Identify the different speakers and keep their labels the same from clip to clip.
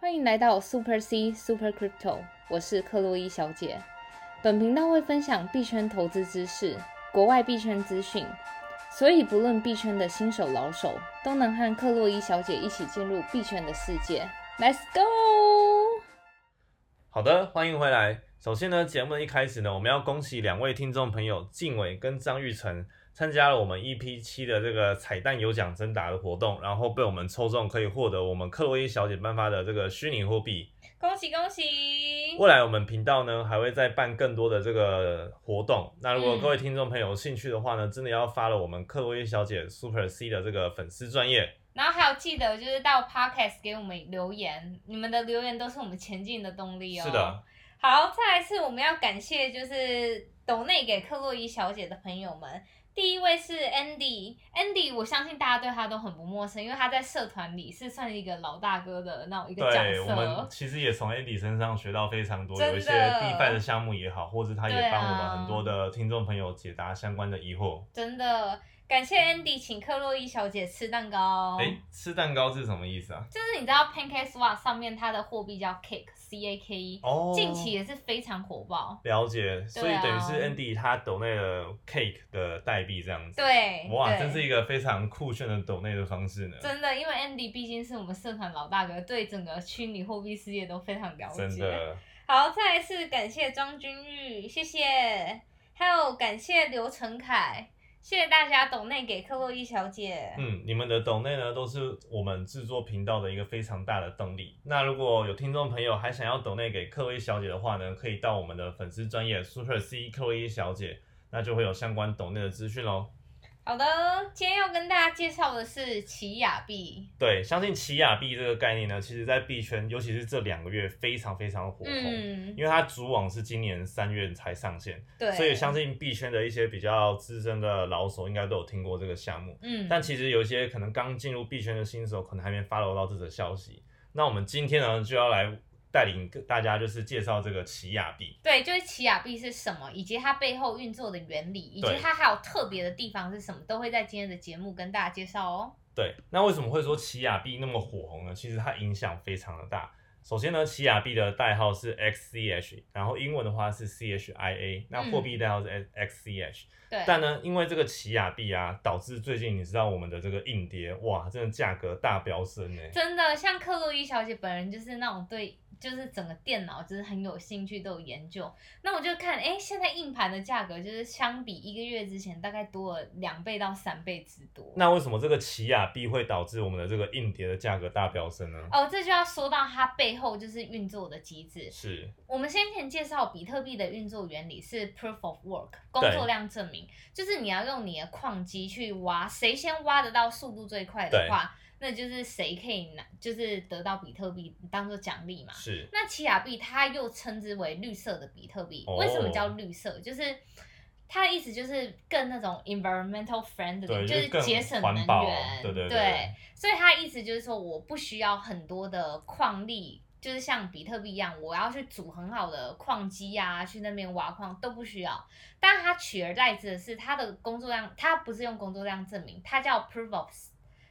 Speaker 1: 欢迎来到 Super C Super Crypto，我是克洛伊小姐。本频道会分享币圈投资知识、国外币圈资讯，所以不论币圈的新手老手，都能和克洛伊小姐一起进入币圈的世界。Let's go！
Speaker 2: 好的，欢迎回来。首先呢，节目的一开始呢，我们要恭喜两位听众朋友静伟跟张玉成参加了我们 EP 七的这个彩蛋有奖征答的活动，然后被我们抽中，可以获得我们克洛伊小姐颁发的这个虚拟货币。
Speaker 1: 恭喜恭喜！
Speaker 2: 未来我们频道呢还会再办更多的这个活动。那如果
Speaker 1: 嗯
Speaker 2: 各位听众朋友有兴趣的话呢，真的要发了我们克洛伊小姐 Super C 的这个粉丝专业。
Speaker 1: 然后还有记得就是到 Podcast 给我们留言，你们的留言都是我们前进的动力哦。
Speaker 2: 是的，
Speaker 1: 好，再来是我们要感谢就是抖内给克洛伊小姐的朋友们。第一位是 Andy，Andy 我相信大家对他都很不陌生，因为他在社团里是算一个老大哥的那种一个角
Speaker 2: 对我们
Speaker 1: 色。
Speaker 2: 其实也从 Andy 身上学到非常多，
Speaker 1: 真的
Speaker 2: 有一些地贩的项目也好，或是他也
Speaker 1: 对啊
Speaker 2: 帮我们很多的听众朋友解答相关的疑惑。
Speaker 1: 真的感谢 Andy 请克洛伊小姐吃蛋糕。
Speaker 2: 哎、吃蛋糕是什么意思啊？
Speaker 1: 就是你知道 Pancake Swap 上面它的货币叫 Cake，C A K E，、
Speaker 2: 哦，
Speaker 1: 近期也是非常火爆。
Speaker 2: 了解，所以
Speaker 1: 对啊
Speaker 2: 等于是 Andy 他抖内了 cake 的代币这样子。，
Speaker 1: 对，
Speaker 2: 哇，
Speaker 1: 对
Speaker 2: 真是一个非常酷炫的抖内的方式呢。
Speaker 1: 真的，因为 Andy 毕竟是我们社团老大哥，对整个虚拟货币事业都非常了解。
Speaker 2: 真的，
Speaker 1: 好，再来是感谢庄君玉，谢谢，还有感谢刘成凯，谢谢大家懂内给克洛伊小姐。
Speaker 2: 嗯，你们的抖内呢，都是我们制作频道的一个非常大的动力。那如果有听众朋友还想要抖内给克洛伊小姐的话呢，可以到我们的粉丝专业 Super C 克洛伊小姐，那就会有相关抖内的资讯喽。
Speaker 1: 好的，今天要跟大家介绍的是奇亚币，
Speaker 2: 对，相信奇亚币这个概念呢，其实在币圈，尤其是这两个月非常非常火红，
Speaker 1: 嗯，
Speaker 2: 因为它主网是今年三月才上线，
Speaker 1: 对，
Speaker 2: 所以相信币圈的一些比较资深的老手应该都有听过这个项目。
Speaker 1: 嗯，
Speaker 2: 但其实有一些可能刚进入币圈的新手，可能还没 follow 到这则消息。那我们今天呢，就要来带领大家，就是介绍这个奇亚币。
Speaker 1: 对，就是奇亚币是什么，以及它背后运作的原理，以及
Speaker 2: 对
Speaker 1: 它还有特别的地方是什么，都会在今天的节目跟大家介绍哦。
Speaker 2: 对，那为什么会说奇亚币那么火红呢？其实它影响非常的大。首先呢，奇亚币的代号是 XCH，然后英文的话是 CHIA，那货币代号是 XCH、
Speaker 1: 嗯对，
Speaker 2: 但呢，因为这个奇亚币啊，导致最近你知道我们的这个硬碟，哇，真的价格大飙升欸呢、
Speaker 1: 真的像克洛伊小姐本人就是那种对，就是整个电脑就是很有兴趣，都有研究。那我就看，哎，现在硬盘的价格就是相比一个月之前大概多了两倍到三倍之多。
Speaker 2: 那为什么这个奇亚币会导致我们的这个硬碟的价格大飙升呢？
Speaker 1: 哦，这就要说到它背后就是运作的机制。
Speaker 2: 是
Speaker 1: 我们先前介绍比特币的运作原理是 proof of work，工
Speaker 2: 对
Speaker 1: 作量证明，就是你要用你的矿机去挖，谁先挖得到速度最快的
Speaker 2: 对
Speaker 1: 话，那就是谁可以拿，就是得到比特币当做奖励嘛。
Speaker 2: 是，
Speaker 1: 那奇亚币它又称之为绿色的比特币，
Speaker 2: 哦
Speaker 1: 为什么叫绿色？就是它的意思就是更那种 environmental friendly，
Speaker 2: 对，
Speaker 1: 就是
Speaker 2: 更
Speaker 1: 节省能
Speaker 2: 环保，
Speaker 1: 源，
Speaker 2: 对对
Speaker 1: 所以它的意思就是说，我不需要很多的矿力，就是像比特币一样，我要去组很好的矿机啊，去那边挖矿都不需要。但它取而代之的是它的工作量，它不是用工作量证明，它叫 proof of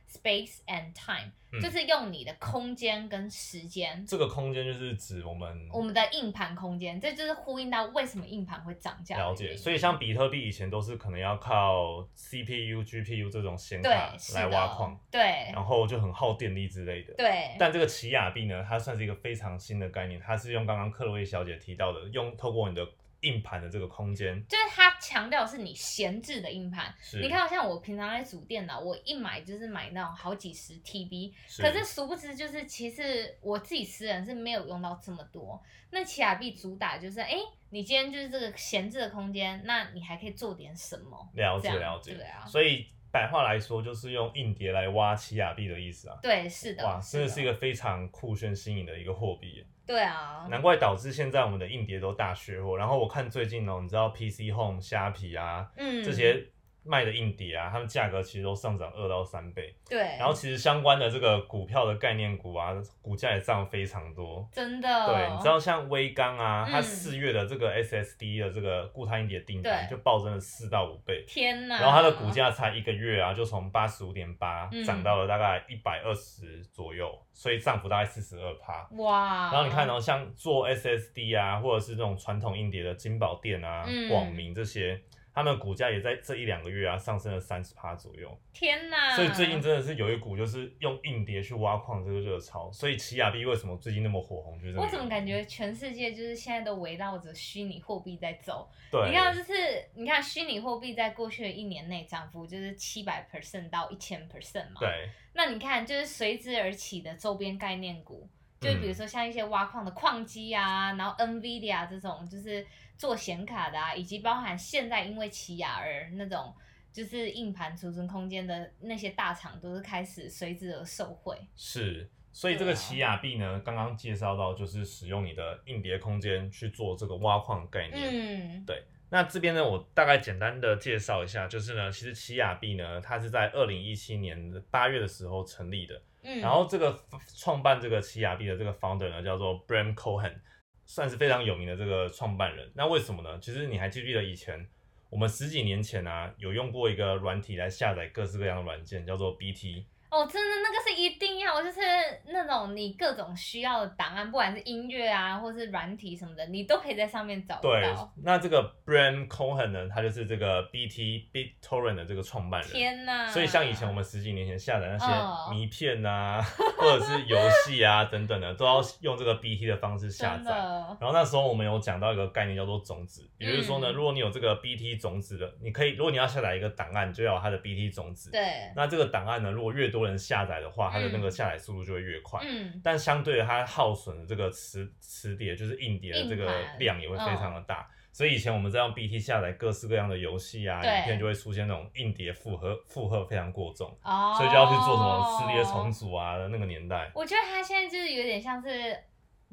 Speaker 1: space and time，、
Speaker 2: 嗯
Speaker 1: 就是用你的空间跟时间。
Speaker 2: 这个空间就是指我们
Speaker 1: 我们的硬盘空间，这就是呼应到为什么硬盘会涨价的原
Speaker 2: 了
Speaker 1: 因。
Speaker 2: 解，所以像比特币以前都是可能要靠 CPU、GPU 这种显
Speaker 1: 对
Speaker 2: 卡
Speaker 1: 是
Speaker 2: 来
Speaker 1: 的
Speaker 2: 挖矿，，
Speaker 1: 对
Speaker 2: 然后就很耗电力之类的。
Speaker 1: 对
Speaker 2: 但这个奇亚币呢，它算是一个非常新的概念，它是用刚刚克洛伊小姐提到的，用透过你的硬盘的这个空间，
Speaker 1: 就是它强调是你闲置的硬盘。
Speaker 2: 是
Speaker 1: 你，看，像我平常在组电脑，我一买就是买那种好几十 TB，
Speaker 2: 是
Speaker 1: 可是殊不知就是其实我自己私人是没有用到这么多。那奇亚币主打就是，哎，你今天就是这个闲置的空间，那你还可以做点什么？
Speaker 2: 了
Speaker 1: 这
Speaker 2: 解
Speaker 1: 样
Speaker 2: 了解
Speaker 1: 对，啊，
Speaker 2: 所以白话来说就是用硬碟来挖奇亚币的意思啊。
Speaker 1: 对，是的，
Speaker 2: 哇，真的是一
Speaker 1: 个
Speaker 2: 个非常酷炫新颖的一个货币耶，
Speaker 1: 对啊，
Speaker 2: 难怪导致现在我们的硬碟都大缺货。然后我看最近哦，你知道 PC Home、虾皮啊
Speaker 1: 嗯，
Speaker 2: 这些卖的硬碟啊，它们价格其实都上涨二到三倍。
Speaker 1: 对，
Speaker 2: 然后其实相关的这个股票的概念股啊，股价也涨非常多。
Speaker 1: 真的，
Speaker 2: 对，你知道像微刚啊，
Speaker 1: 哦嗯
Speaker 2: 它四月的这个 SSD 的这个固态硬碟订单
Speaker 1: 对嗯
Speaker 2: 就暴增了四到五倍，
Speaker 1: 天哪！
Speaker 2: 然后它的股价才一个月啊，就从八十五点八
Speaker 1: 嗯
Speaker 2: 涨到了大概一百二十左右，所以涨幅大概四十二趴。
Speaker 1: 哇，
Speaker 2: 然后你看哦，像做 SSD 啊，或者是这种传统硬碟的金宝店啊
Speaker 1: 嗯、
Speaker 2: 广明这些，他们的股价也在这一两个月啊上升了三十趴左右。
Speaker 1: 天哪！
Speaker 2: 所以最近真的是有一股就是用硬碟去挖矿这个热潮，所以奇亚币为什么最近那么火红，就是这个
Speaker 1: 我怎么感
Speaker 2: 原因
Speaker 1: 觉全世界就是现在都围绕着虚拟货币在走？
Speaker 2: 对，
Speaker 1: 你看，啊就是你看虚拟货币在过去的一年内涨幅就是七百 percent 到一千 percent 嘛。。
Speaker 2: 对
Speaker 1: 那你看，就是随之而起的周边概念股，就是
Speaker 2: 嗯
Speaker 1: 比如说像一些挖矿的矿机啊，然后 NVIDIA 这种就是做显卡的啊，以及包含现在因为奇亚尔那种就是硬盘储存空间的那些大厂，都是开始随之而受惠。
Speaker 2: 是，所以这
Speaker 1: 对
Speaker 2: 个
Speaker 1: 啊
Speaker 2: 奇亚币呢，刚刚介绍到就是使用你的硬碟空间去做这个挖矿概念。
Speaker 1: 嗯
Speaker 2: 那这边呢，我大概简单的介绍一下，就是呢，其实奇亚币呢，它是在二零一七年八月的时候成立的，
Speaker 1: 嗯，
Speaker 2: 然后这个创办这个奇亚币的这个 founder 呢，叫做 Bram Cohen，算是非常有名的这个创办人。那为什么呢？其实你还记不记得以前我们十几年前啊，有用过一个软体来下载各式各样的软件，叫做 BT。
Speaker 1: 哦，真的那个是一定要，就是那种你各种需要的档案，不管是音乐啊，或是软体什么的，你都可以在上面找得
Speaker 2: 对
Speaker 1: 到。，
Speaker 2: 那这个 Bram Cohen 呢，他就是这个 BT BitTorrent 的这个创办人。
Speaker 1: 天哪！
Speaker 2: 所以像以前我们十几年前下载那
Speaker 1: 哦
Speaker 2: 些名片啊， 或者是游戏啊等等的，都要用这个 BT 的方式下
Speaker 1: 真
Speaker 2: 载。
Speaker 1: 的，
Speaker 2: 然后那时候我们有讲到一个概念叫做种子，也就是说呢，
Speaker 1: 嗯
Speaker 2: 如果你有这个 BT 种子的，你可以，如果你要下载一个档案，就要有它的 BT 种子。
Speaker 1: 对，
Speaker 2: 那这个档案呢，如果越多人下载的话，它的那个
Speaker 1: 嗯
Speaker 2: 下载速度就会越快。
Speaker 1: 嗯，
Speaker 2: 但相对的，它耗损的这个磁磁碟，就是硬碟的这个
Speaker 1: 硬盘嗯
Speaker 2: 量也会非常的大。所以以前我们在用 BT 下载各式各样的游戏啊、
Speaker 1: 对
Speaker 2: 影片，就会出现那种硬碟负荷负荷非常过重，
Speaker 1: 哦，
Speaker 2: 所以就要去做什么磁碟重组啊那个年代。
Speaker 1: 我觉得他现在就是有点像是，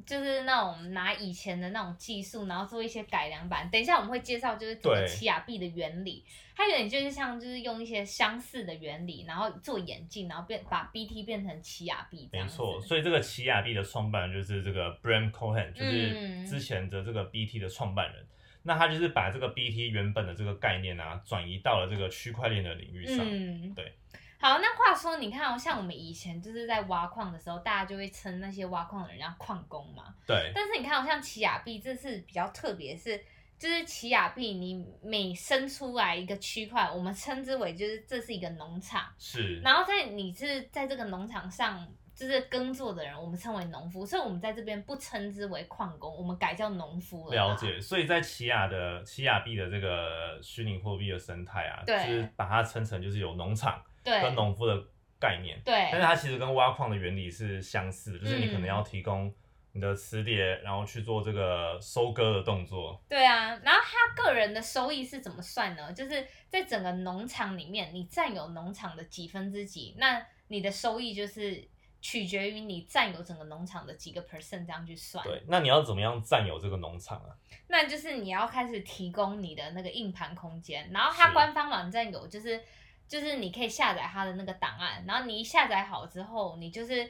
Speaker 1: 就是那种拿以前的那种技术，然后做一些改良版。等一下我们会介绍，就是这个
Speaker 2: 对
Speaker 1: 奇亚币的原理，它有点就是像就是用一些相似的原理，然后做眼镜，然后变把 BT 变成奇亚币这
Speaker 2: 没
Speaker 1: 样子。
Speaker 2: 错，所以这个奇亚币的创办人就是这个 Bram Cohen，就是
Speaker 1: 嗯
Speaker 2: 之前的这个 BT 的创办人。那他就是把这个 BT 原本的这个概念啊，转移到了这个区块链的领域上。
Speaker 1: 嗯，
Speaker 2: 对。
Speaker 1: 好，那话说，你看、哦，像我们以前就是在挖矿的时候，大家就会称那些挖矿的人叫矿工嘛。
Speaker 2: 对，
Speaker 1: 但是你看、哦，像奇亚币这次比较特别是，就是奇亚币你每生出来一个区块，我们称之为就是这是一个农场，
Speaker 2: 是，
Speaker 1: 然后在你是在这个农场上就是耕作的人，我们称为农夫，所以我们在这边不称之为矿工，我们改叫农夫了。
Speaker 2: 了。解。所以在奇亚的奇亚币的这个虚拟货币的生态啊，就
Speaker 1: 对
Speaker 2: 是把它称成就是有农场跟
Speaker 1: 对
Speaker 2: 农夫的概念。但是
Speaker 1: 对
Speaker 2: 它其实跟挖矿的原理是相似的，就是你可能
Speaker 1: 嗯
Speaker 2: 要提供你的磁碟，然后去做这个收割的动作。
Speaker 1: 对啊！然后他个人的收益是怎么算呢？就是在整个农场里面，你占有农场的几分之几，那你的收益就是取决于你占有整个农场的几个 percent 这样去算。
Speaker 2: 对，那你要怎么样占有这个农场啊？
Speaker 1: 那就是你要开始提供你的那个硬盘空间，然后它
Speaker 2: 是
Speaker 1: 官方网站有，就是就是你可以下载它的那个档案，然后你一下载好之后，你就是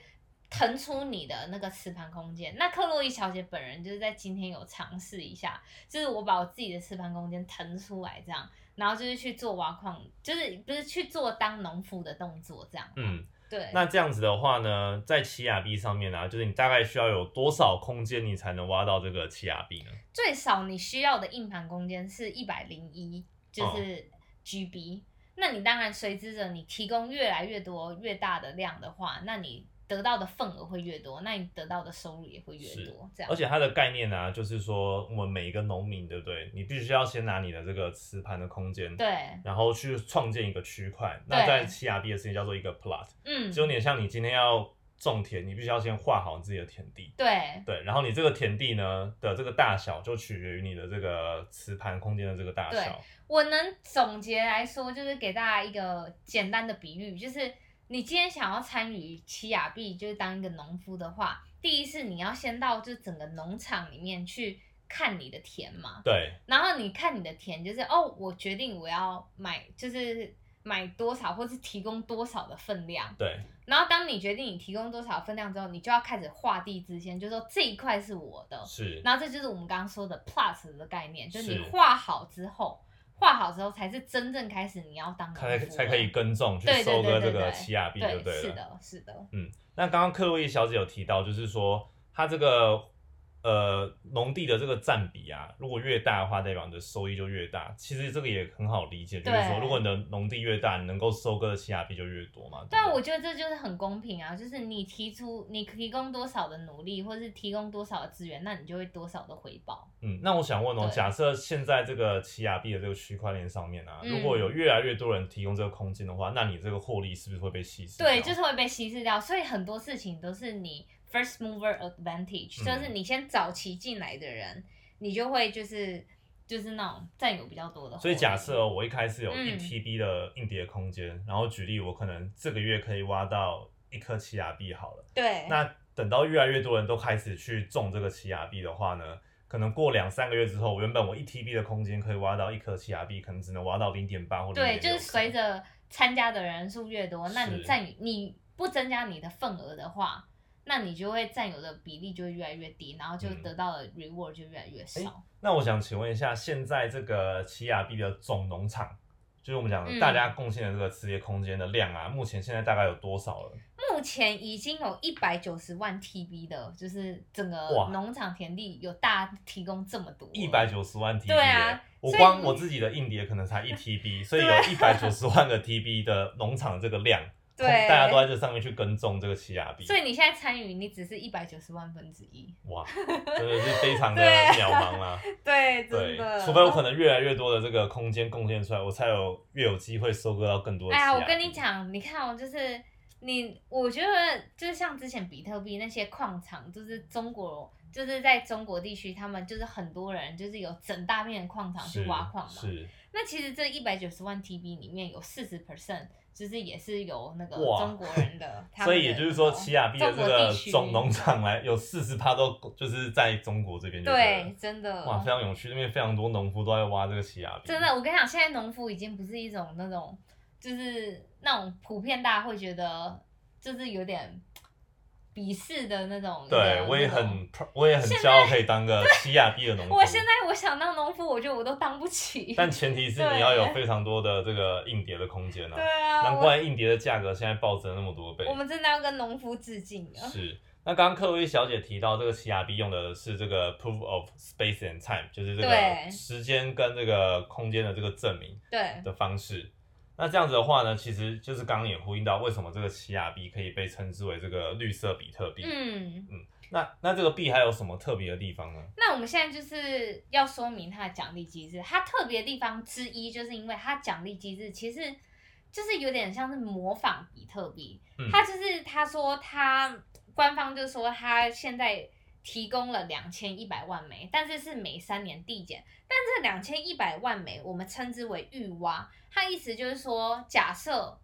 Speaker 1: 腾出你的那个磁盘空间。那克洛伊小姐本人就是在今天有尝试一下，就是我把我自己的磁盘空间腾出来这样，然后就是去做挖矿，就是不是去做当农夫的动作这样。
Speaker 2: 嗯，
Speaker 1: 对，
Speaker 2: 那这样子的话呢，在奇亚币上面啊，就是你大概需要有多少空间，你才能挖到这个奇亚币呢？
Speaker 1: 最少你需要的硬盘空间是一百零一，就是
Speaker 2: 哦
Speaker 1: GB、那你当然随之着你提供越来越多、越大的量的话，那你得到的份额会越多，那你得到的收入也会越多。这样
Speaker 2: 而，且它的概念呢、就是说我们每一个农民，对不对？你必须要先拿你的这个磁盘的空间，
Speaker 1: 对，
Speaker 2: 然后去创建一个区块。
Speaker 1: 对
Speaker 2: 那在奇亚币的事情叫做一个 plot，
Speaker 1: 嗯，
Speaker 2: 就有点像你今天要种田，你必须要先画好你自己的田地。
Speaker 1: 对，
Speaker 2: 对，然后你这个田地呢的这个大小就取决于你的这个磁盘空间的这个大
Speaker 1: 对
Speaker 2: 小。
Speaker 1: 我能总结来说，就是给大家一个简单的比喻，就是你今天想要参与奇亚币，就是当一个农夫的话，第一是你要先到就整个农场里面去看你的田嘛，
Speaker 2: 对，
Speaker 1: 然后你看你的田就是哦，我决定我要买，就是买多少或是提供多少的分量。
Speaker 2: 对，
Speaker 1: 然后当你决定你提供多少分量之后，你就要开始画地自限，就说这一块是我的，
Speaker 2: 是，
Speaker 1: 然后这就是我们刚刚说的 plus 的概念，就是你
Speaker 2: 是
Speaker 1: 画好之后，画好之后才是真正开始你要当
Speaker 2: 才
Speaker 1: 农
Speaker 2: 可以
Speaker 1: 夫
Speaker 2: 才可以
Speaker 1: 了。
Speaker 2: 耕种去
Speaker 1: 对对
Speaker 2: 收
Speaker 1: 对
Speaker 2: 割
Speaker 1: 对
Speaker 2: 这个
Speaker 1: 对
Speaker 2: 奇亚币，就
Speaker 1: 对，是
Speaker 2: 了。嗯
Speaker 1: 的，是的，
Speaker 2: 那刚刚克洛伊小姐有提到，就是说她这个呃农地的这个占比啊，如果越大的话，代表你的收益就越大。其实这个也很好理解，就是
Speaker 1: 对
Speaker 2: 说如果你的农地越大，你能够收割的性价比就越多嘛。
Speaker 1: 对啊，
Speaker 2: 不
Speaker 1: 我觉得这就是很公平啊，就是你提出你提供多少的努力，或是提供多少的资源，那你就会多少的回报。
Speaker 2: 嗯，那我想问哦，
Speaker 1: 对
Speaker 2: 假设现在这个奇亚币的这个区块链上面啊，
Speaker 1: 嗯
Speaker 2: 如果有越来越多人提供这个空间的话，那你这个获利是不是会被稀释掉？
Speaker 1: 对，就是会被稀释掉，所以很多事情都是你 first mover advantage，、
Speaker 2: 嗯
Speaker 1: 就是你先早期进来的人，你就会就是就是那种占有比较多的获利。
Speaker 2: 所以假设哦我一开始有
Speaker 1: 嗯
Speaker 2: 一 TB 的硬碟空间，然后举例我可能这个月可以挖到一颗奇亚币好了。
Speaker 1: 对，
Speaker 2: 那等到越来越多人都开始去种这个奇亚币的话呢，可能过两三个月之后，我原本我一 TB 的空间可以挖到一颗奇亚币，可能只能挖到零点八或
Speaker 1: 对，
Speaker 2: 0.6
Speaker 1: 就是随着参加的人数越多，那你
Speaker 2: 是
Speaker 1: 占有你不增加你的份额的话，那你就会占有的比例就会越来越低，然后就
Speaker 2: 嗯
Speaker 1: 得到的 reward 就越来越少。
Speaker 2: 那我想请问一下，现在这个奇亚币的总农场，就是我们讲的
Speaker 1: 嗯
Speaker 2: 大家贡献的这个磁铁空间的量啊，目前现在大概有多少了？
Speaker 1: 目前已经有一百九十万 TB 的，就是整
Speaker 2: 哇
Speaker 1: 个农场田地有大提供这么多，
Speaker 2: 一百九十万 TB，
Speaker 1: 对啊
Speaker 2: 耶我
Speaker 1: 所以
Speaker 2: 光
Speaker 1: 你
Speaker 2: 我自己的硬碟可能才一 TB，所以有
Speaker 1: 对啊
Speaker 2: 一百九十万个 TB 的农场这个量，
Speaker 1: 对，
Speaker 2: 大家都在这上面去耕种这个奇亚币，
Speaker 1: 所以你现在参与，你只是一百九十万分之一。
Speaker 2: 哇，真的是非常的
Speaker 1: 对
Speaker 2: 渺茫啊！
Speaker 1: 对，
Speaker 2: 对，除非我可能越来越多的这个空间贡献出来，我才有越有机会收割到更多的。
Speaker 1: 哎呀，我跟你，讲，你看哦，就是你，我觉得就是像之前比特币那些矿场，就是中国，就是在中国地区，他们就是很多人就是有整大片的矿场去
Speaker 2: 是
Speaker 1: 挖矿啊嘛。
Speaker 2: 是
Speaker 1: 那其实这一百九十万 TB 里面有四十 percent，就是也是有那个
Speaker 2: 哇
Speaker 1: 中国人 的，他
Speaker 2: 所
Speaker 1: 们
Speaker 2: 以也
Speaker 1: 的
Speaker 2: 就是
Speaker 1: 那
Speaker 2: 说，
Speaker 1: 种
Speaker 2: 奇亚币的这
Speaker 1: 中国
Speaker 2: 个
Speaker 1: 地区
Speaker 2: 总农场来有四十趴都就是在中国这边就了
Speaker 1: 对，，真的
Speaker 2: 哇，非常有趣，那边非常多农夫都在挖这个奇亚币，
Speaker 1: 真的，我跟你讲，现在农夫已经不是一种那种，就是那种普遍大家会觉得就是有点鄙视的那种。
Speaker 2: 对
Speaker 1: 有
Speaker 2: 我也
Speaker 1: 那种
Speaker 2: 很 pr- 我也很骄傲可以当个奇亚币的农夫，
Speaker 1: 我现在我想当农夫，我觉得我都当不起。
Speaker 2: 但前提是你
Speaker 1: 对
Speaker 2: 要有非常多的这个硬碟的空间啊
Speaker 1: 对，啊，
Speaker 2: 难
Speaker 1: 我
Speaker 2: 怪硬碟的价格现在暴增那么多倍。
Speaker 1: 我们真的要跟农夫致敬啊了。
Speaker 2: 是。那刚刚克洛伊小姐提到，这个 CRB 用的是这个 proof of space and time，就是这个
Speaker 1: 对
Speaker 2: 时间跟这个空间的这个证明
Speaker 1: 对
Speaker 2: 的方式。那这样子的话呢，其实就是刚刚也呼应到为什么这个 CRB 可以被称之为这个绿色比特币。
Speaker 1: 嗯，
Speaker 2: 那那这个币还有什么特别的地方呢？
Speaker 1: 那我们现在就是要说明它的奖励机制。它特别的地方之一，就是因为它奖励机制其实就是有点像是模仿比特币，
Speaker 2: 嗯
Speaker 1: 他就是他说他官方就说他现在提供了两千一百万枚，但是是每三年递减。但这两千一百万枚我们称之为预挖，它意思就是说，假设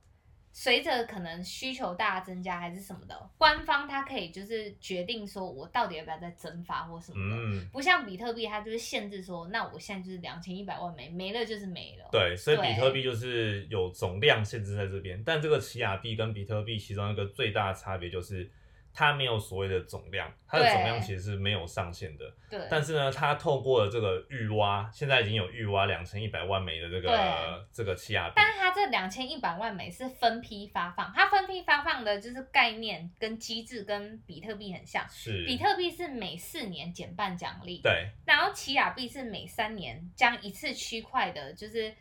Speaker 1: 随着可能需求大增加还是什么的，官方它可以就是决定说我到底要不要再增发或什么的。
Speaker 2: 嗯，
Speaker 1: 不像比特币，它就是限制说，那我现在就是两千一百万枚，没了就是没了。
Speaker 2: 对，所以比
Speaker 1: 对
Speaker 2: 特币就是有总量限制在这边，但这个奇亚币跟比特币其中一个最大的差别就是，它没有所谓的总量，它的
Speaker 1: 对
Speaker 2: 总量其实是没有上限的。
Speaker 1: 对，
Speaker 2: 但是呢，它透过了这个预挖，现在已经有预挖两千一百万枚的这个
Speaker 1: 对
Speaker 2: 这个气压币，
Speaker 1: 但它这两千一百万枚是分批发放，它分批发放的就是概念跟机制跟比特币很像。
Speaker 2: 是
Speaker 1: 比特币是每四年减半奖励，
Speaker 2: 对
Speaker 1: 然后奇亚币是每三年将一次区块的，就是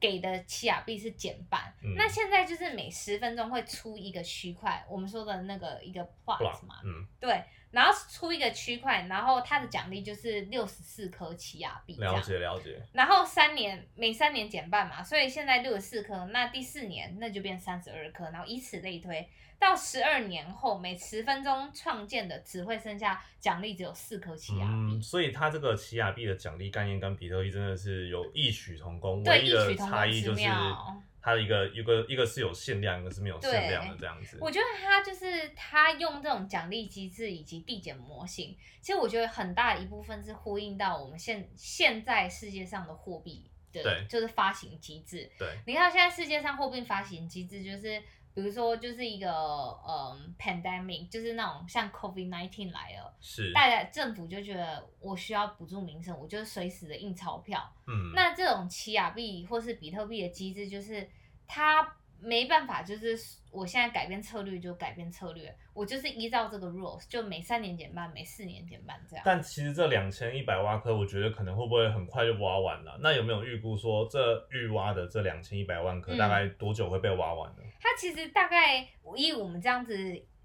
Speaker 1: 给的奇亚币是减半。
Speaker 2: 嗯
Speaker 1: 那现在就是每十分钟会出一个区块，我们说的那个一个 plot 嘛，
Speaker 2: 嗯，
Speaker 1: 对，然后出一个区块，然后它的奖励就是六十四颗奇亚币这样
Speaker 2: 了。解了解，
Speaker 1: 然后三年每三年减半嘛，所以现在六十四颗，那第四年那就变三十二颗，然后以此类推，到十二年后每十分钟创建的只会剩下奖励只有四颗奇亚币。
Speaker 2: 嗯，所以它这个奇亚币的奖励概念跟比特币真的是有异曲同工，
Speaker 1: 对
Speaker 2: 嗯唯一
Speaker 1: 异
Speaker 2: 的
Speaker 1: 曲同工
Speaker 2: 差异就是
Speaker 1: 之妙
Speaker 2: 它的一个一个一个是有限量，一个是没有限量的
Speaker 1: 对
Speaker 2: 这样子。
Speaker 1: 我觉得他就是他用这种奖励机制以及递减模型，其实我觉得很大一部分是呼应到我们现现在世界上的货币的
Speaker 2: 对，
Speaker 1: 就是发行机制。
Speaker 2: 对
Speaker 1: 你看现在世界上货币发行机制就是。比如说，就是一个嗯，pandemic，就是那种像 COVID nineteen 来了，
Speaker 2: 是，
Speaker 1: 大家政府就觉得我需要补助民生，我就随时的印钞票。
Speaker 2: 嗯，
Speaker 1: 那这种奇亚币或是比特币的机制，就是它没办法，就是我现在改变策略就改变策略，我就是依照这个 rules，就每三年减半，每四年减半这样。
Speaker 2: 但其实这两千一百挖颗，我觉得可能会不会很快就挖完了？那有没有预估说这预挖的这两千一百万颗
Speaker 1: 嗯
Speaker 2: 大概多久会被挖完呢？
Speaker 1: 它其实大概以我们这样子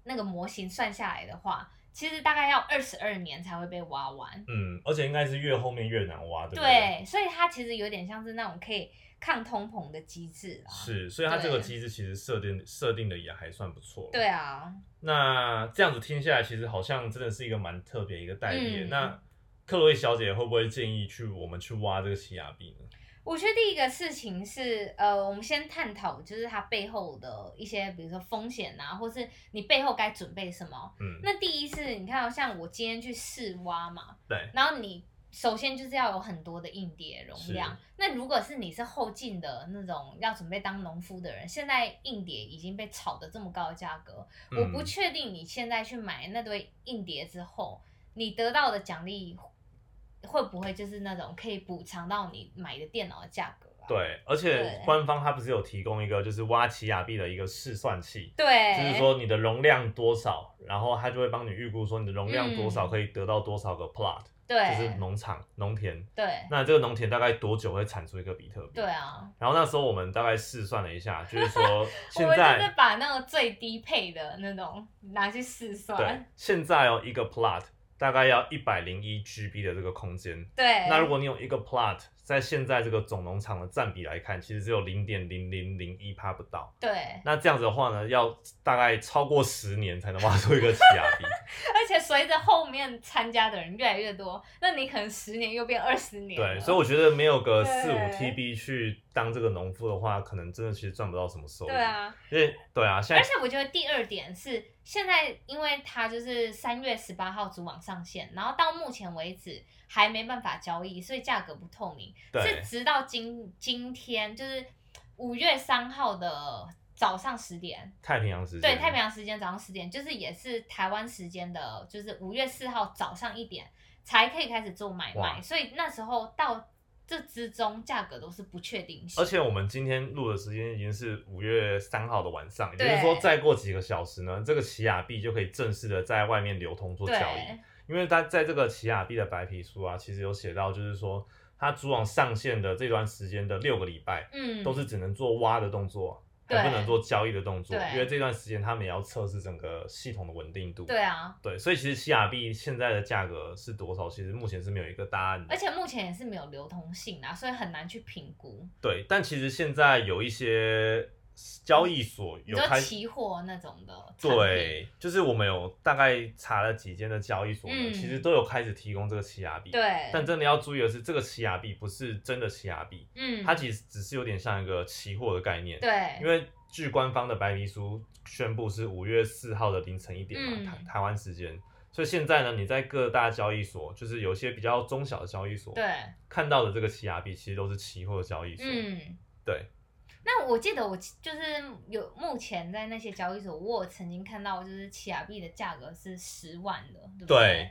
Speaker 1: 那个模型算下来的话，其实大概要二十二年才会被挖完。
Speaker 2: 嗯，而且应该是越后面越难挖，对不对？
Speaker 1: 对，所以它其实有点像是那种可以抗通膨的机制啊。，
Speaker 2: 是，所以它这个
Speaker 1: 对
Speaker 2: 机制其实设定设定的也还算不错。
Speaker 1: 对，啊，
Speaker 2: 那这样子听下来，其实好像真的是一个蛮特别一个代币。
Speaker 1: 嗯
Speaker 2: 那克洛伊小姐会不会建议去我们去挖这个奇亚币呢？
Speaker 1: 我觉得第一个事情是，呃，我们先探讨就是它背后的一些，比如说风险啊，或是你背后该准备什么。
Speaker 2: 嗯，
Speaker 1: 那第一是，你看、哦，像我今天去试挖嘛，
Speaker 2: 对，
Speaker 1: 然后你首先就是要有很多的硬碟容量
Speaker 2: 是。
Speaker 1: 那如果是你是后进的那种要准备当农夫的人，现在硬碟已经被炒得这么高的价格，我不
Speaker 2: 嗯
Speaker 1: 确定你现在去买那堆硬碟之后，你得到的奖励会不会就是那种可以补偿到你买的电脑的价格啊？
Speaker 2: 对，而且
Speaker 1: 对
Speaker 2: 官方它不是有提供一个就是挖奇亚币的一个试算器，
Speaker 1: 对，
Speaker 2: 就是说你的容量多少，然后它就会帮你预估说你的容量多少
Speaker 1: 嗯
Speaker 2: 可以得到多少个 plot，、就是
Speaker 1: 对
Speaker 2: 农场农田。
Speaker 1: 对
Speaker 2: 那这个农田大概多久会产出一个比特币？
Speaker 1: 对啊，
Speaker 2: 然后那时候我们大概试算了一下，就是 说
Speaker 1: 我
Speaker 2: 现
Speaker 1: 们真
Speaker 2: 在
Speaker 1: 的把那个最低配的那种拿去试
Speaker 2: 对
Speaker 1: 算，
Speaker 2: 现在哦一个 plot 大概要一百零一 GB 的这个空间。
Speaker 1: 对，
Speaker 2: 那如果你有一个 plot，在现在这个总农场的占比来看，其实只有零点零零零一帕不到。
Speaker 1: 对，
Speaker 2: 那这样子的话呢，要大概超过十年才能挖出一个奇亚 币。
Speaker 1: 而且随着后面参加的人越来越多，那你可能十年又变二十年了，
Speaker 2: 对，所以我觉得没有个四五
Speaker 1: 啊对
Speaker 2: TB 去当这个农夫的话，可能真的其实赚不到什么收益。
Speaker 1: 对，啊，
Speaker 2: 因为对啊，现
Speaker 1: 而
Speaker 2: 在
Speaker 1: 且我觉得第二点是，现在因为它就是三月十八号主网上线，然后到目前为止还没办法交易，所以价格不透明。
Speaker 2: 对
Speaker 1: 是直到今今天，就是五月三号的早上十点，
Speaker 2: 太平洋时间
Speaker 1: 对，太平洋时间早上十点，就是也是台湾时间的，就是五月四号早上一点才可以开始做买
Speaker 2: 哇
Speaker 1: 卖，所以那时候到这之中价格都是不确定性。
Speaker 2: 而且我们今天录的时间已经是五月三号的晚上，也就
Speaker 1: 对
Speaker 2: 是说再过几个小时呢，这个奇亚币就可以正式的在外面流通做交易
Speaker 1: 对。
Speaker 2: 因为它在这个奇亚币的白皮书啊，其实有写到，就是说它主网上线的这段时间的六个礼拜，
Speaker 1: 嗯，
Speaker 2: 都是只能做挖的动作，啊
Speaker 1: 对
Speaker 2: 还不能做交易的动作，
Speaker 1: 对
Speaker 2: 因为这段时间他们也要测试整个系统的稳定度。
Speaker 1: 对啊，
Speaker 2: 对所以其实奇亚币现在的价格是多少，其实目前是没有一个答案的
Speaker 1: 而。且目前也是没有流通性啊，所以很难去评估。
Speaker 2: 对，但其实现在有一些交易所
Speaker 1: 你
Speaker 2: 有
Speaker 1: 说
Speaker 2: 开，
Speaker 1: 期货那种的，，
Speaker 2: 对，就是我们有大概查了几间的交易所呢，
Speaker 1: 嗯
Speaker 2: 其实都有开始提供这个奇亚币。，
Speaker 1: 对，
Speaker 2: 但真的要注意的是，这个奇亚币不是真的奇亚币，
Speaker 1: 嗯，
Speaker 2: 它其实只是有点像一个期货的概念。
Speaker 1: 对，
Speaker 2: 因为据官方的白皮书宣布是五月四号的凌晨一点嘛，
Speaker 1: 嗯
Speaker 2: 台台湾时间。所以现在呢，你在各大交易所，就是有些比较中小的交易所，
Speaker 1: 对，
Speaker 2: 看到的这个奇亚币，其实都是期货交易所。
Speaker 1: 嗯，
Speaker 2: 对。
Speaker 1: 那我记得我就是有目前在那些交易所，我有曾经看到就是奇亚币的价格是十万的，对不
Speaker 2: 对？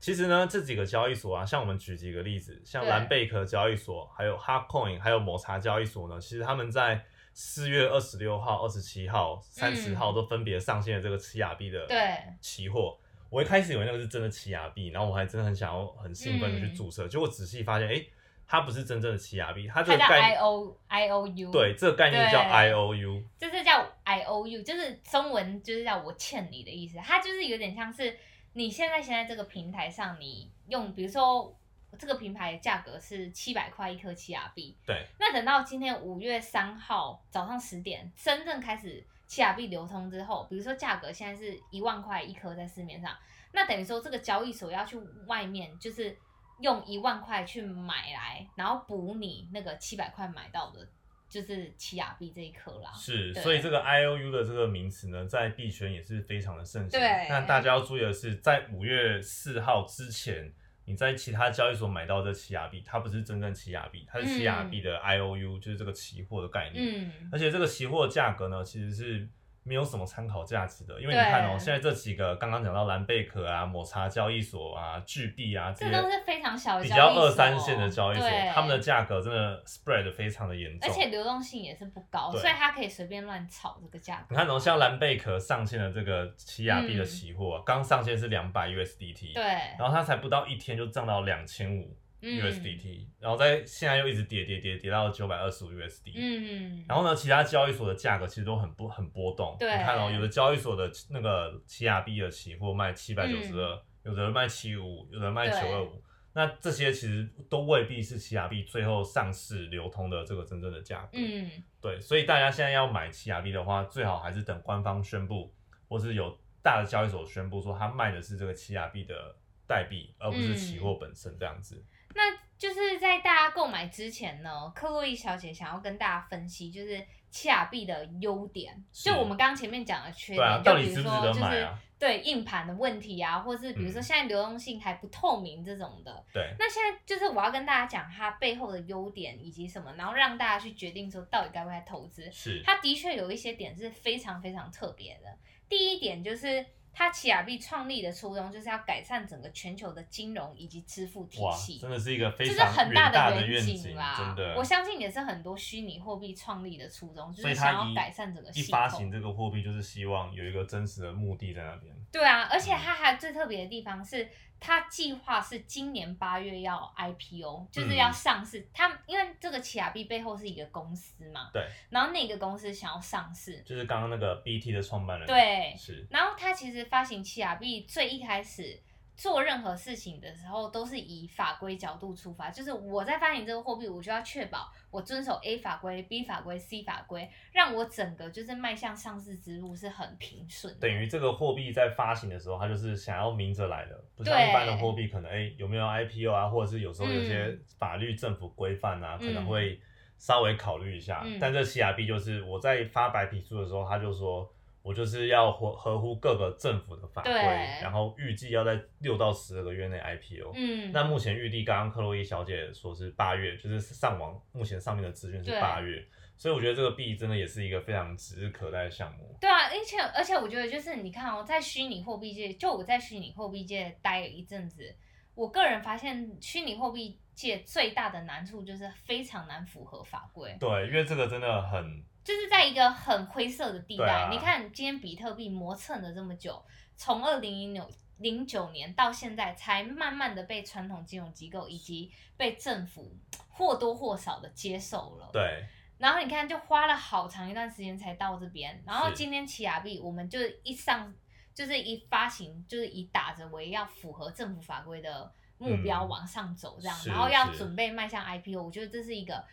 Speaker 2: 其实呢，这几个交易所啊，像我们举几个例子，像
Speaker 1: 对
Speaker 2: 蓝贝壳交易所，还有 Hardcoin，还有抹茶交易所呢，其实他们在四月二十六号、二十七号、三十
Speaker 1: 嗯
Speaker 2: 号都分别上线了这个奇亚币的
Speaker 1: 对
Speaker 2: 期货。我一开始以为那个是真的奇亚币，然后我还真的很想要很兴奋的去
Speaker 1: 嗯
Speaker 2: 注册，结果仔细发现，哎，它不是真正的奇亚币，它
Speaker 1: 它
Speaker 2: 这个
Speaker 1: 叫 I
Speaker 2: 概
Speaker 1: O I O U，
Speaker 2: 对，这个概念叫
Speaker 1: 对
Speaker 2: I O U，
Speaker 1: 就是叫 I O U，就是中文就是叫我欠你的意思。它就是有点像是你现在现在这个平台上，你用比如说这个平台的价格是七百块一颗奇亚币，
Speaker 2: 对，
Speaker 1: 那等到今天五月三号早上十点，深圳开始奇亚币流通之后，比如说价格现在是一万块一颗在市面上，那等于说这个交易所要去外面就是用一万块去买来，然后补你那个七百块买到的就是奇亚币这一科啦。
Speaker 2: 是，
Speaker 1: 对
Speaker 2: 所以这个 I O U 的这个名词呢，在币圈也是非常的盛行。
Speaker 1: 对
Speaker 2: 那大家要注意的是，在五月四号之前，你在其他交易所买到这奇亚币，它不是真正奇亚币，它是奇亚币的 I O U，、就是这个期货的概念。
Speaker 1: 嗯，
Speaker 2: 而且这个期货的价格呢，其实是没有什么参考价值的，因为你
Speaker 1: 对
Speaker 2: 看哦，现在这几个刚刚讲到蓝贝壳啊、抹茶交易所啊、巨币啊这
Speaker 1: 这
Speaker 2: 些
Speaker 1: 都是非常小的
Speaker 2: 比
Speaker 1: 交易
Speaker 2: 较二
Speaker 1: 所
Speaker 2: 三线的交易所
Speaker 1: 对，
Speaker 2: 他们的价格真的 spread 非常的严重。
Speaker 1: 而且流动性也是不高，
Speaker 2: 对
Speaker 1: 所以它可以随便乱炒这个价格。
Speaker 2: 你看哦，像蓝贝壳上线的这个奇亚币的期货、啊，刚、上线是两百 USDT，
Speaker 1: 嗯对，
Speaker 2: 然后它才不到一天就涨到两千五
Speaker 1: 嗯
Speaker 2: USDT，、然后在现在又一直跌跌跌跌到九百二十五 USD，、
Speaker 1: 嗯，
Speaker 2: 然后呢，其他交易所的价格其实都很不很波动，
Speaker 1: 对
Speaker 2: 你看哦，有的交易所的那个奇亚币的期货卖七百九十二，有的人卖七五，有的人卖
Speaker 1: 嗯对
Speaker 2: 九二五。那这些其实都未必是奇亚币最后上市流通的这个真正的价格。，
Speaker 1: 嗯，
Speaker 2: 对，所以大家现在要买奇亚币的话，最好还是等官方宣布，或是有大的交易所宣布说它卖的是这个奇亚币的代币，而不是期
Speaker 1: 嗯
Speaker 2: 货本身这样子。
Speaker 1: 那就是在大家购买之前呢，克洛伊小姐想要跟大家分析，就是奇亚币的优点，
Speaker 2: 是
Speaker 1: 就我们刚刚前面讲的缺
Speaker 2: 对啊
Speaker 1: 点，，就
Speaker 2: 到底
Speaker 1: 比
Speaker 2: 值
Speaker 1: 如
Speaker 2: 不
Speaker 1: 说
Speaker 2: 值得
Speaker 1: 就
Speaker 2: 买
Speaker 1: 是
Speaker 2: 啊？
Speaker 1: 对硬盘的问题啊，或是比如说
Speaker 2: 嗯
Speaker 1: 现在流动性还不透明这种的。
Speaker 2: 对，
Speaker 1: 那现在就是我要跟大家讲它背后的优点以及什么，然后让大家去决定说到底该不该投资。
Speaker 2: 是，
Speaker 1: 它的确有一些点是非常非常特别的。第一点就是，它奇亚币创立的初衷就是要改善整个全球的金融以及支付体
Speaker 2: 哇，
Speaker 1: 系
Speaker 2: 真，的是一个非
Speaker 1: 这是
Speaker 2: 常
Speaker 1: 很
Speaker 2: 远
Speaker 1: 大
Speaker 2: 的
Speaker 1: 远
Speaker 2: 愿
Speaker 1: 景啦。
Speaker 2: 真的。
Speaker 1: 我相信也是很多虚拟货币创立的初衷，就
Speaker 2: 所以
Speaker 1: 是
Speaker 2: 它
Speaker 1: 想要
Speaker 2: 一
Speaker 1: 改善整个
Speaker 2: 一
Speaker 1: 系
Speaker 2: 发行
Speaker 1: 统。
Speaker 2: 这个货币，就是希望有一个真实的目的在那边。
Speaker 1: 对啊，而且它还最特别的地方是。它计划是今年八月要 IPO，就是
Speaker 2: 嗯
Speaker 1: 要上市。它因为这个奇亚币背后是一个公司嘛，
Speaker 2: 对，
Speaker 1: 然后那个公司想要上市，
Speaker 2: 就是刚刚那个 BT 的创办人，，
Speaker 1: 对，
Speaker 2: 是
Speaker 1: 然后他其实发行奇亚币最一开始做任何事情的时候，都是以法规角度出发，就是我在发行这个货币，我就要确保我遵守 A 法规、B 法规、C 法规，让我整个就是迈向上市之路是很平顺的。
Speaker 2: 等于这个货币在发行的时候，它就是想要明着来的，不像
Speaker 1: 对
Speaker 2: 一般的货币，可能哎、有没有 IPO 啊，或者是有时候有些法律政府规范啊，
Speaker 1: 嗯
Speaker 2: 可能会稍微考虑一下。
Speaker 1: 嗯
Speaker 2: 但这 CRB 就是我在发白皮书的时候，他就说我就是要合合乎各个政府的法规，
Speaker 1: 对
Speaker 2: 然后预计要在六到十二个月内 IPO。
Speaker 1: 嗯，
Speaker 2: 那目前预定，刚刚克洛伊小姐说是八月，就是上网目前上面的资讯是
Speaker 1: 对
Speaker 2: 八月，所以我觉得这个币真的也是一个非常指日可待的项目。
Speaker 1: 对啊，而且而且我觉得就是你看哦，在虚拟货币界，就我在虚拟货币界待了一阵子，我个人发现虚拟货币界最大的难处就是非常难符合法规。
Speaker 2: 对，因为这个真的很
Speaker 1: 就是在一个很灰色的地带。
Speaker 2: 对啊
Speaker 1: 你看，今天比特币磨蹭了这么久，从二零零九零九年到现在，才慢慢的被传统金融机构以及被政府或多或少的接受了。。
Speaker 2: 对，
Speaker 1: 然后你看，就花了好长一段时间才到这边。然后
Speaker 2: 是
Speaker 1: 今天奇亚币，我们就一上就是一发行，就是以打着为要符合政府法规的目标
Speaker 2: 嗯
Speaker 1: 往上走这样，
Speaker 2: 是
Speaker 1: 然后要
Speaker 2: 是
Speaker 1: 准备迈向 IPO。我觉得这是一个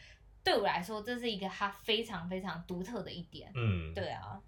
Speaker 1: 对我来说，这是一个它非常非常独特的一点。
Speaker 2: 嗯，
Speaker 1: 对啊。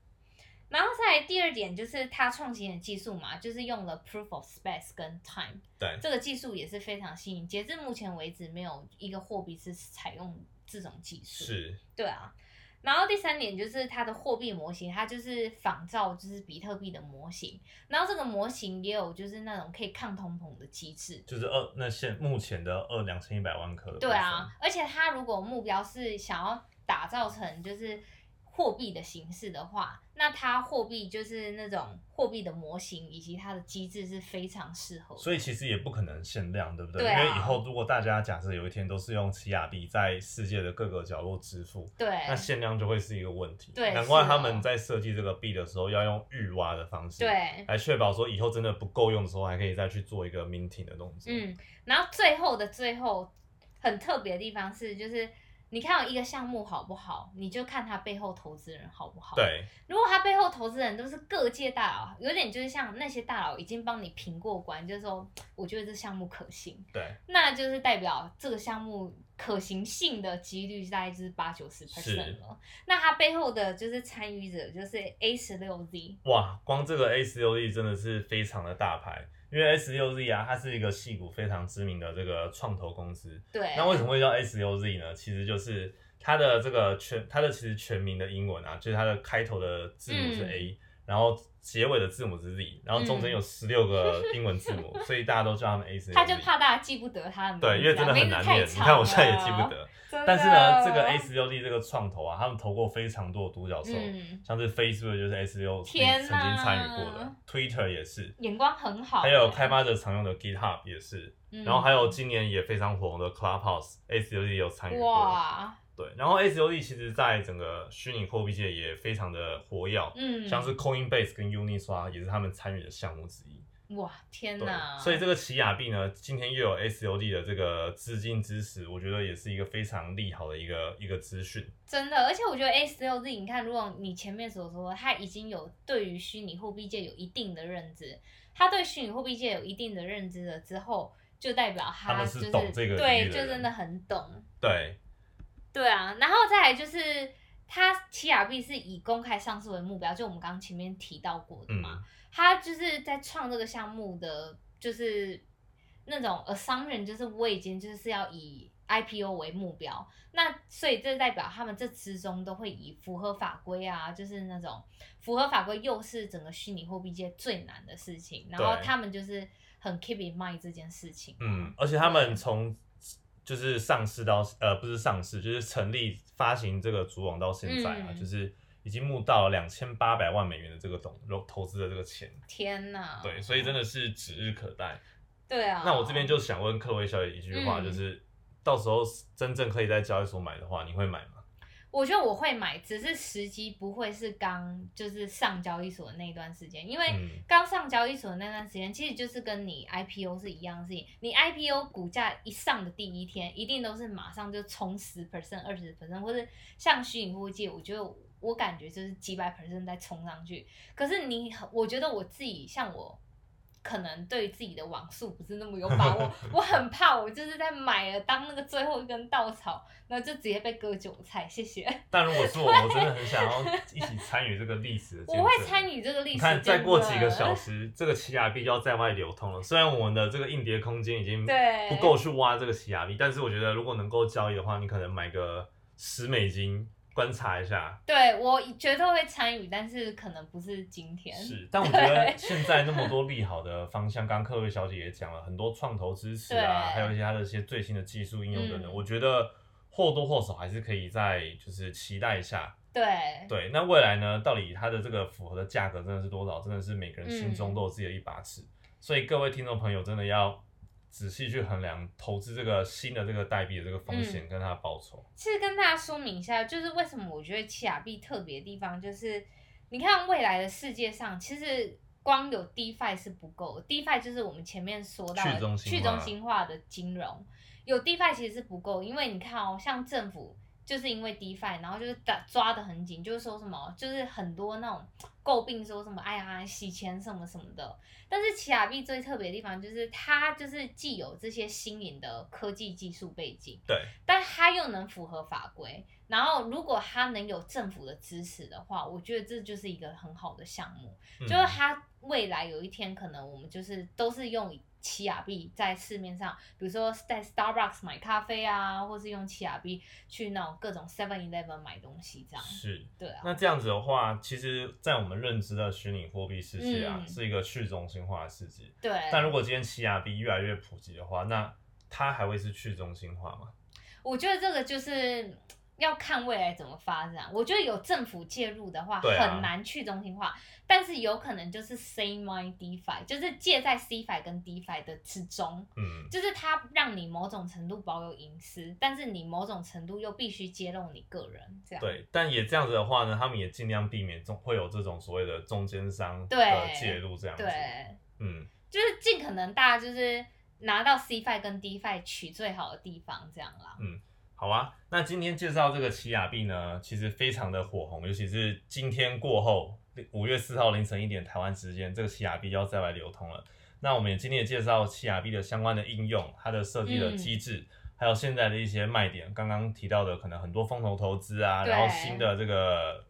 Speaker 1: 然后再来第二点就是它创新的技术嘛，就是用了 proof of space 跟 time
Speaker 2: 对
Speaker 1: 这个技术也是非常新颖。截至目前为止，没有一个货币是采用这种技术。
Speaker 2: 是，
Speaker 1: 对啊，然后第三点就是它的货币模型，它就是仿照就是比特币的模型，然后这个模型也有就是那种可以抗通膨的机制。
Speaker 2: 就是二那现目前的二两千一百万颗的，
Speaker 1: 对啊，，而且它如果目标是想要打造成就是货币的形式的话，那它货币就是那种货币的模型以及它的机制是非常适合的。
Speaker 2: 所以其实也不可能限量，对不对？
Speaker 1: 对啊
Speaker 2: 因为以后如果大家假设有一天都是用奇亚币在世界的各个角落支付，
Speaker 1: 对，
Speaker 2: 那限量就会是一个问题。
Speaker 1: 对
Speaker 2: 难怪他
Speaker 1: 是
Speaker 2: 们
Speaker 1: 哦
Speaker 2: 在设计这个币的时候要用预挖的方式，，
Speaker 1: 对，
Speaker 2: 来确保说以后真的不够用的时候，还可以再去做一个 minting 的动作。，
Speaker 1: 嗯，然后最后的最后，很特别的地方是，就是你看到一个项目好不好，你就看它背后投资人好不好。，
Speaker 2: 对，
Speaker 1: 如果它背后投资人都是各界大佬，有点就是像那些大佬已经帮你评过关，就是说我觉得这项目可行，
Speaker 2: 对，
Speaker 1: 那就是代表这个项目可行性的几率大概就是八九十
Speaker 2: 是
Speaker 1: percent 了。那它背后的就是参与者就是 A 十六 Z，
Speaker 2: 哇，光这个 A 十六 Z 真的是非常的大牌，因为 A 十六 Z 啊，它是一个戏骨非常知名的这个创投公司，
Speaker 1: 对，
Speaker 2: 那为什么会叫 S U Z E 呢？其实就是它的这个全它的其实全名的英文啊，就是它的开头的字母是
Speaker 1: 嗯
Speaker 2: A，、然后结尾的字母是 Z，然后中间有十六个英文字 母，所以大家都叫他们 A 是 Z。
Speaker 1: 他就怕大家记不得他的名字啊，
Speaker 2: E 对，因为真的很难念，
Speaker 1: 名字
Speaker 2: 你
Speaker 1: 太长
Speaker 2: 看我现在也
Speaker 1: 了
Speaker 2: 记不。得。
Speaker 1: 真的
Speaker 2: 但是呢，这个 A 十六 D 这个创投啊，他们投过非常多的独角兽，
Speaker 1: 嗯，
Speaker 2: 像是 Facebook 就是 A 十六 D
Speaker 1: 天
Speaker 2: 曾经
Speaker 1: 哪
Speaker 2: 参与过的，Twitter 也是，
Speaker 1: 眼光很好欸，
Speaker 2: 还有开发者常用的 GitHub 也是，
Speaker 1: 嗯，
Speaker 2: 然后还有今年也非常火红的 Clubhouse A 十六 D 也有参与过。
Speaker 1: 哇，
Speaker 2: 对，然后 A 十六 D 其实在整个虚拟货币界也非常的活跃，
Speaker 1: 嗯，
Speaker 2: 像是 Coinbase 跟 Uniswap 也是他们参与的项目之一。
Speaker 1: 哇，天
Speaker 2: 对
Speaker 1: 哪！，
Speaker 2: 所以这个奇亚币呢，今天又有 S U D 的这个资金支持，我觉得也是一个非常利好的一个一个资讯。
Speaker 1: 真的，而且我觉得 A 十六 Z，你看，如果你前面所说，他已经有对于虚拟货币界有一定的认知，他对虚拟货币界有一定的认知了之后，就代表
Speaker 2: 他们
Speaker 1: 就是是
Speaker 2: 懂这个领
Speaker 1: 对，
Speaker 2: 域的
Speaker 1: 就
Speaker 2: 人
Speaker 1: 真的很懂，
Speaker 2: 对，
Speaker 1: 对啊。然后再来就是，它奇亚币是以公开上市为目标，就我们刚刚前面提到过的
Speaker 2: 嗯，
Speaker 1: 嘛，他就是在创这个项目的，就是那种 assumption，就是我已经就是要以 IPO 为目标，那所以这代表他们这之中都会以符合法规啊，就是那种符合法规又是整个虚拟货币界最难的事情，然后
Speaker 2: 对
Speaker 1: 他们就是很 keep in mind 这件事情，
Speaker 2: 嗯，，而且他们从就是上市到呃不是上市，就是成立发行这个主网到现在啊，
Speaker 1: 嗯
Speaker 2: 就是已经募到了两千八百万美元的这个董投资的这个钱。
Speaker 1: 天哪，
Speaker 2: 对，所以真的是指日可待。
Speaker 1: 对啊，
Speaker 2: 那我这边就想问各位小姐一句话，
Speaker 1: 嗯
Speaker 2: 就是到时候真正可以在交易所买的话，你会买吗？
Speaker 1: 我觉得我会买，只是时机不会是刚就是上交易所的那段时间，因为
Speaker 2: 嗯
Speaker 1: 刚上交易所的那段时间，其实就是跟你 IPO 是一样的事情。你 IPO 股价一上的第一天，一定都是马上就冲十 percent、二十 percent，或者像虚拟货币界，我觉得我感觉就是几百 percent 在冲上去。可是你，我觉得我自己像我。可能对自己的网速不是那么有把握，我很怕我就是在买了当那个最后一根稻草，然后就直接被割韭菜。谢谢。
Speaker 2: 但如果是我，我真的很想要一起参与这个历史的见 证。
Speaker 1: 我会参与这个历史。啊
Speaker 2: 你看，再过几个小，时，这个奇亚币就要在外流通了。虽然我们的这个硬碟空间已经
Speaker 1: 对，
Speaker 2: 不够去挖这个奇亚币，但是我觉得如果能够交易的话，你可能买个十美金观察一下。
Speaker 1: 对我绝对会参与，但是可能不是今天。
Speaker 2: 是，但我觉得现在那么多利好的方向，刚刚各位小姐也讲了很多创投支持啊，
Speaker 1: 对
Speaker 2: 还有一些它的一些最新的技术应用等等，
Speaker 1: 嗯
Speaker 2: 我觉得或多或少还是可以再就是期待一下。
Speaker 1: 对
Speaker 2: 对，那未来呢？到底它的这个符合的价格真的是多少？真的是每个人心中都有自己的一把尺。所以各位听众朋友，真的要仔细去衡量投资这个新的这个代币的这个风
Speaker 1: 嗯
Speaker 2: 险跟它的报酬。
Speaker 1: 其实跟大家说明一下，就是为什么我觉得奇亚币特别的地方，就是你看未来的世界上，其实光有 DeFi 是不够的，DeFi 就是我们前面说到的
Speaker 2: 去中心化
Speaker 1: 去中心化的金融，有 DeFi 其实是不够，因为你看哦，像政府就是因为 DeFi，然后就是打抓的很紧，就是说什么，就是很多那种诟病说什么，哎呀洗钱什么什么的，但是奇亚币最特别的地方就是它就是既有这些新颖的科技技术背景。
Speaker 2: 对，
Speaker 1: 但它又能符合法规，然后如果它能有政府的支持的话，我觉得这就是一个很好的项目，
Speaker 2: 嗯
Speaker 1: 就是它未来有一天可能我们就是都是用奇亚币在市面上，比如说在 Starbucks 买咖啡啊，或是用奇亚币去那种各种 Seven Eleven 买东西这样，
Speaker 2: 是。
Speaker 1: 对啊，
Speaker 2: 那这样子的话，其实，在我们认知的虚拟货币世界啊，
Speaker 1: 嗯
Speaker 2: 是一个去中心化的世界。
Speaker 1: 对。
Speaker 2: 但如果今天奇亚币越来越普及的话，那它还会是去中心化吗？
Speaker 1: 我觉得这个就是要看未来怎么发展。我觉得有政府介入的话，
Speaker 2: 对啊
Speaker 1: 很难去中心化，但是有可能就是 C my DeFi，就是介在 CFi 跟 DeFi 的之中，
Speaker 2: 嗯，
Speaker 1: 就是它让你某种程度保有隐私，但是你某种程度又必须揭露你个人，这样。
Speaker 2: 对，但也这样子的话呢，他们也尽量避免中会有这种所谓的中间商的
Speaker 1: 对
Speaker 2: 介入这样子。
Speaker 1: 对
Speaker 2: 嗯，
Speaker 1: 就是尽可能大家就是拿到 CFi 跟 DeFi 取最好的地方，这样啦。
Speaker 2: 好啊。那今天介绍这个奇亚币呢，其实非常的火红，尤其是今天过后，五月四号凌晨一点台湾时间，这个奇亚币要在外流通了。那我们也今天也介绍奇亚币的相关的应用，它的设计的机制。还有现在的一些卖点，刚刚提到的可能很多风投投资啊，
Speaker 1: 对
Speaker 2: 然后新的这个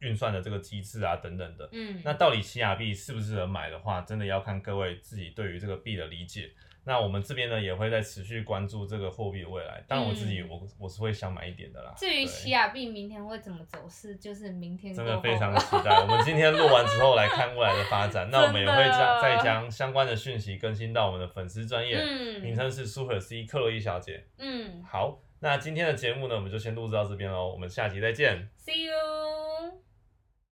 Speaker 2: 运算的这个机制啊等等的，
Speaker 1: 嗯，
Speaker 2: 那到底奇亚币适不适合买的话，真的要看各位自己对于这个币的理解。那我们这边呢也会在持续关注这个货币的未来。当然我自己
Speaker 1: 嗯
Speaker 2: 我我是会想买一点的啦。
Speaker 1: 至于
Speaker 2: 对
Speaker 1: 奇亚币明天会怎么走势，就是明天
Speaker 2: 真的
Speaker 1: 过
Speaker 2: 非
Speaker 1: 后
Speaker 2: 常期待。我们今天录完之后来看未来的发展，那我们也会
Speaker 1: 真
Speaker 2: 将
Speaker 1: 的
Speaker 2: 再将相关的讯息更新到我们的粉丝专业，名
Speaker 1: 嗯
Speaker 2: 称是 Super C 克洛伊小姐。
Speaker 1: 嗯
Speaker 2: 好，那今天的节目呢，我们就先录制到这边喽，我们下集再见。
Speaker 1: ，See you。